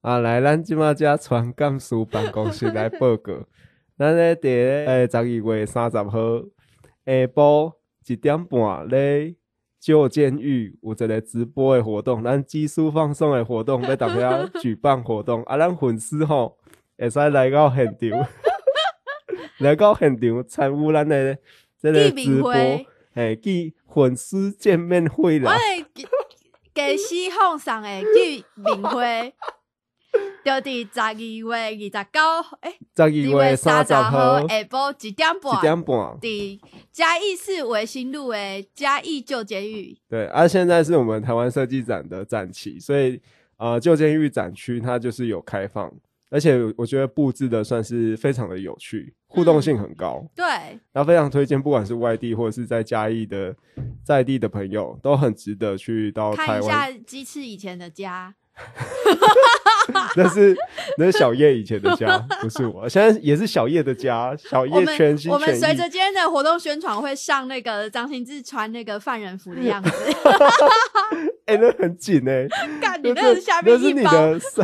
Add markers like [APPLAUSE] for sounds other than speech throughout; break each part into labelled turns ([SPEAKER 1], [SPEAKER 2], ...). [SPEAKER 1] 啊，来，咱即马遮传监事办公室来报告，
[SPEAKER 2] [LAUGHS]
[SPEAKER 1] 咱咧伫咧诶十二月三十号下晡一点半咧旧监狱有一个直播诶活动，咱技术放送诶活动，要逐遐举办活
[SPEAKER 2] [LAUGHS]
[SPEAKER 1] 动，啊，咱粉丝吼会使来到现场，来到现场参与咱诶即个
[SPEAKER 2] 见
[SPEAKER 1] 直
[SPEAKER 2] 面
[SPEAKER 1] 播，
[SPEAKER 2] 会，
[SPEAKER 1] 嘿，去粉丝见面
[SPEAKER 2] [LAUGHS]
[SPEAKER 1] 会
[SPEAKER 2] 我
[SPEAKER 1] 啦，
[SPEAKER 2] 会给西奉上的见面会，就伫十二月二十九，诶，
[SPEAKER 1] 十二
[SPEAKER 2] 二
[SPEAKER 1] 月
[SPEAKER 2] 月
[SPEAKER 1] 三
[SPEAKER 2] 三
[SPEAKER 1] 十
[SPEAKER 2] 十
[SPEAKER 1] 号
[SPEAKER 2] 号
[SPEAKER 1] 一
[SPEAKER 2] 下晡一点半，
[SPEAKER 1] 点半。
[SPEAKER 2] 伫嘉义市维新路的嘉义旧监狱，
[SPEAKER 1] 对，啊，现在是我们台湾设计展的展期，所以呃，旧监狱展区它就是有开放，而且我觉得布置的算是非常的有趣，互动性很
[SPEAKER 2] 嗯
[SPEAKER 1] 高。
[SPEAKER 2] 对，
[SPEAKER 1] 那、非常推荐，不管是外地或者是在嘉义的在地的朋友，都很值得去到哦台
[SPEAKER 2] 看一
[SPEAKER 1] 湾。
[SPEAKER 2] 下鸡翅以前的家，
[SPEAKER 1] 那是那是小叶以前的
[SPEAKER 2] [LAUGHS]
[SPEAKER 1] 家，不是我，现在也是小叶的家。小
[SPEAKER 2] 我
[SPEAKER 1] 叶
[SPEAKER 2] 们
[SPEAKER 1] 全心
[SPEAKER 2] 我
[SPEAKER 1] 全
[SPEAKER 2] 们
[SPEAKER 1] 意。
[SPEAKER 2] 随着今天的活动宣传会上那个张新志穿那个犯人服的样子，
[SPEAKER 1] [LAUGHS] 哎、那很紧哎、
[SPEAKER 2] 看你
[SPEAKER 1] 那
[SPEAKER 2] 那
[SPEAKER 1] 是
[SPEAKER 2] 是下面
[SPEAKER 1] 那是
[SPEAKER 2] 一
[SPEAKER 1] 你
[SPEAKER 2] 包，
[SPEAKER 1] 的 size，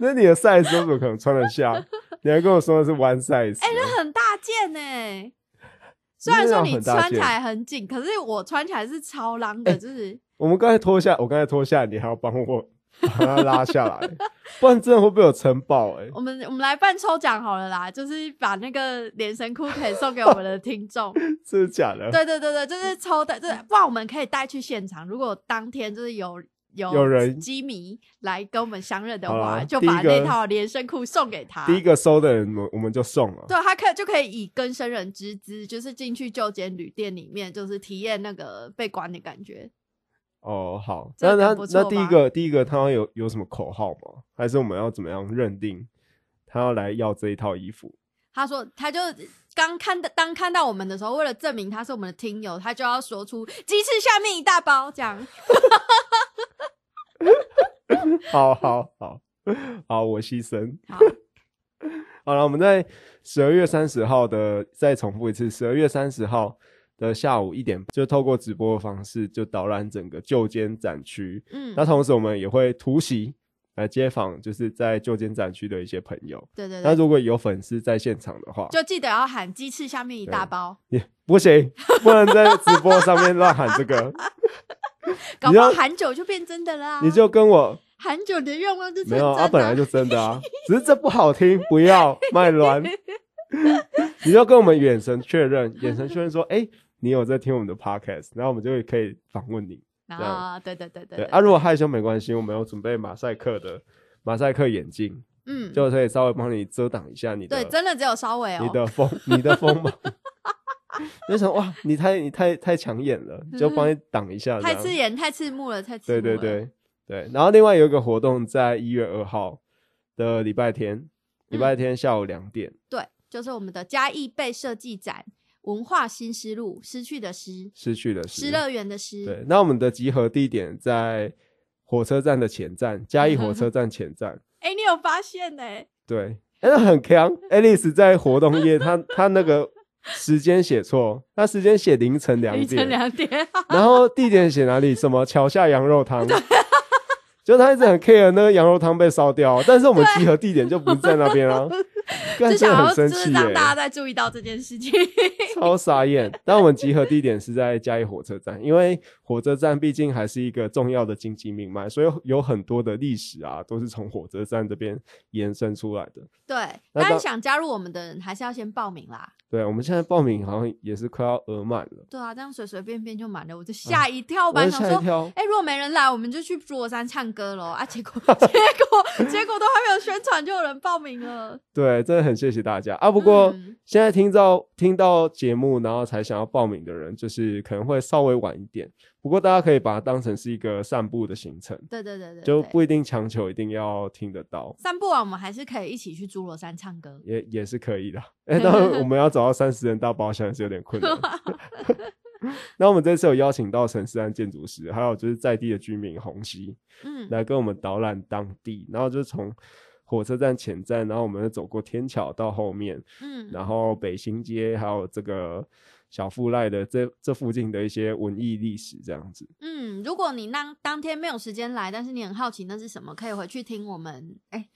[SPEAKER 1] 那你的 size 都怎么可能穿得下？你还跟我说的是 one size，
[SPEAKER 2] [LAUGHS] 哎、那很大件呢、虽然说你
[SPEAKER 1] 很大
[SPEAKER 2] 穿
[SPEAKER 1] 件哎
[SPEAKER 2] 起来很紧，可是我穿起来是超浪的，就是
[SPEAKER 1] 我们刚才脱下，我刚才脱下，你还要帮我 [LAUGHS] 把它拉下来，不然真的会被我撑爆哎、
[SPEAKER 2] 我们我们来办抽奖好了啦，就是把那个连身裤可以送给我们的听
[SPEAKER 1] [LAUGHS]
[SPEAKER 2] 众。
[SPEAKER 1] 真的假的？
[SPEAKER 2] 对对对对，就是抽的，就是不然我们可以带去现场。如果当天就是有有
[SPEAKER 1] 有人
[SPEAKER 2] 机迷来跟我们相认的
[SPEAKER 1] 好
[SPEAKER 2] 话，
[SPEAKER 1] 啦
[SPEAKER 2] 就
[SPEAKER 1] 第一
[SPEAKER 2] 把那
[SPEAKER 1] 个
[SPEAKER 2] 套连身裤送给他。
[SPEAKER 1] 第一个收的人，我我们就送了。
[SPEAKER 2] 对他可以就可以以更生人之姿，就是进去旧间旅店里面，就是体验那个被关的感觉。
[SPEAKER 1] 哦，好，
[SPEAKER 2] 这
[SPEAKER 1] 那
[SPEAKER 2] 个
[SPEAKER 1] 那
[SPEAKER 2] 很不错
[SPEAKER 1] 那第一
[SPEAKER 2] 吧
[SPEAKER 1] 个第一个他有有什么口号吗？还是我们要怎么样认定他要来要这一套衣服？
[SPEAKER 2] 他说，他就刚看到当看到我们的时候，为了证明他是我们的听友，他就要说出鸡翅下面一大包这样。
[SPEAKER 1] 好好好好，我牺牲。
[SPEAKER 2] 好，
[SPEAKER 1] 好了，我们在十二月三十号的再重复一次，十二月三十号的下午一点，就透过直播的方式，就导览整个旧间展区。
[SPEAKER 2] 嗯
[SPEAKER 1] 那，同时我们也会突袭来街访，就是在旧间展区的一些朋友。
[SPEAKER 2] 对对
[SPEAKER 1] 那
[SPEAKER 2] 对，
[SPEAKER 1] 如果有粉丝在现场的话，
[SPEAKER 2] 就记得要喊鸡翅下面一大包，
[SPEAKER 1] 也不行，不能在直播上面乱喊这
[SPEAKER 2] [LAUGHS]
[SPEAKER 1] 个。
[SPEAKER 2] 啊搞
[SPEAKER 1] 你
[SPEAKER 2] 不
[SPEAKER 1] 要
[SPEAKER 2] 好喊久就变真的啦。
[SPEAKER 1] 你就跟我
[SPEAKER 2] 喊久你的愿望就成
[SPEAKER 1] 没
[SPEAKER 2] 真
[SPEAKER 1] 有，
[SPEAKER 2] 了、
[SPEAKER 1] 啊，本来就真的啊，只是这不好听，不要卖卵。 [LAUGHS] 你就跟我们眼神确认，眼神确认
[SPEAKER 2] [LAUGHS]
[SPEAKER 1] 说，哎、你有在听我们的 podcast，然后我们就可以访问你。这样
[SPEAKER 2] [LAUGHS] 啊，对对对对
[SPEAKER 1] 对啊，如果害羞没关系，我们有准备马赛克的马赛克眼镜，
[SPEAKER 2] 嗯，
[SPEAKER 1] 就可以稍微帮你遮挡一下你的
[SPEAKER 2] 对，真的只有稍微哦，
[SPEAKER 1] 你的锋你的锋芒。 [LAUGHS] 就想哇，你太你太太抢眼了，就帮你挡一下。
[SPEAKER 2] 嗯太
[SPEAKER 1] 这样
[SPEAKER 2] 刺眼、太刺目了，太刺目
[SPEAKER 1] 对
[SPEAKER 2] 了。
[SPEAKER 1] 对对对，然后另外有一个活动在一月二号的礼拜
[SPEAKER 2] 嗯
[SPEAKER 1] 天，礼拜天下午两点，
[SPEAKER 2] 对，就是我们的嘉义被设计展文化新思路，失去的失，
[SPEAKER 1] 失去的
[SPEAKER 2] 失
[SPEAKER 1] 失。
[SPEAKER 2] 乐园的失，
[SPEAKER 1] 对，那我们的集合地点在火车站的前站，嘉义火车站前站。
[SPEAKER 2] 哎、你有发现呢、
[SPEAKER 1] 对，哎那很强。Alice 在活动页，她她那个时间写错，她时间写凌晨两
[SPEAKER 2] 凌晨
[SPEAKER 1] 点，
[SPEAKER 2] 两 [LAUGHS] 点，
[SPEAKER 1] 然后地点写哪里？什么桥下羊肉汤。 [LAUGHS] 就她一直很 care 那个羊肉汤被烧掉，但是我们集合地点就不是在那边
[SPEAKER 2] [LAUGHS]
[SPEAKER 1] 啊，干真
[SPEAKER 2] 就想
[SPEAKER 1] 的
[SPEAKER 2] 要
[SPEAKER 1] 很
[SPEAKER 2] 就
[SPEAKER 1] 生
[SPEAKER 2] 是
[SPEAKER 1] 气
[SPEAKER 2] 让
[SPEAKER 1] 耶、
[SPEAKER 2] 大家再注意到这件事情。
[SPEAKER 1] 超傻眼。但我们集合地点是在嘉义火车站，因为火车站毕竟还是一个重要的经济命脉，所以有很多的历史啊，都是从火车站这边延伸出来的。
[SPEAKER 2] [LAUGHS] 对，
[SPEAKER 1] 那
[SPEAKER 2] 但
[SPEAKER 1] 当
[SPEAKER 2] 是想加入我们的人还是要先报名啦。
[SPEAKER 1] 对，我们现在报名好像也是快要额满了，
[SPEAKER 2] 对啊，这样随随便便就满了，我就吓一跳吧，
[SPEAKER 1] 嗯我
[SPEAKER 2] 想
[SPEAKER 1] 吓一
[SPEAKER 2] 说。
[SPEAKER 1] 跳。
[SPEAKER 2] 哎、如果没人来，我们就去佛山唱歌喽啊！结果结果结果都
[SPEAKER 1] [LAUGHS]
[SPEAKER 2] 还没有宣传，就有人报名了。
[SPEAKER 1] 对，真的很谢谢大家啊！不过、
[SPEAKER 2] 嗯
[SPEAKER 1] 现在听到听到节目，然后才想要报名的人，就是可能会稍微晚一点。不过大家可以把它当成是一个散步的行程，
[SPEAKER 2] 对对对对
[SPEAKER 1] 就
[SPEAKER 2] 对
[SPEAKER 1] 不一定强求一定要听得到。
[SPEAKER 2] 散步完，我们还是可以一起去侏罗山唱歌。
[SPEAKER 1] 也也是可以的。哎、当
[SPEAKER 2] [LAUGHS]
[SPEAKER 1] 然我们要找到三十人大包厢是有点困难。 [LAUGHS] 那我们这次有邀请到陈思安建筑师，还有就是在地的居民洪熙
[SPEAKER 2] 嗯，
[SPEAKER 1] 来跟我们导览当地，然后就从火车站前站，然后我们就走过天桥到后面，
[SPEAKER 2] 嗯，
[SPEAKER 1] 然后北新街还有这个小富赖的这这附近的一些文艺历史这样子。
[SPEAKER 2] 嗯，如果你当当天没有时间来，但是你很好奇那是什么，可以回去听我们哎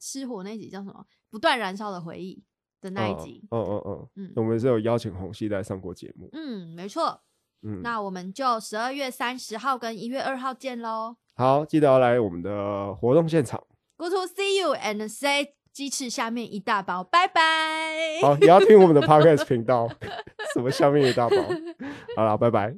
[SPEAKER 2] 失火那集叫什么“不断燃烧的回忆”的那一集。
[SPEAKER 1] 嗯嗯嗯，
[SPEAKER 2] 嗯
[SPEAKER 1] 我们是有邀请红系来上过节目。
[SPEAKER 2] 嗯，没错。
[SPEAKER 1] 嗯，
[SPEAKER 2] 那我们就十二月三十号跟一月二号见喽。
[SPEAKER 1] 好，记得要来我们的活动现场。
[SPEAKER 2] [LAUGHS] Good to see you and say 鸡翅下面一大包，拜拜。
[SPEAKER 1] [LAUGHS] 好，也要听我们的 podcast 频道。什么下面一大包？好了，拜拜。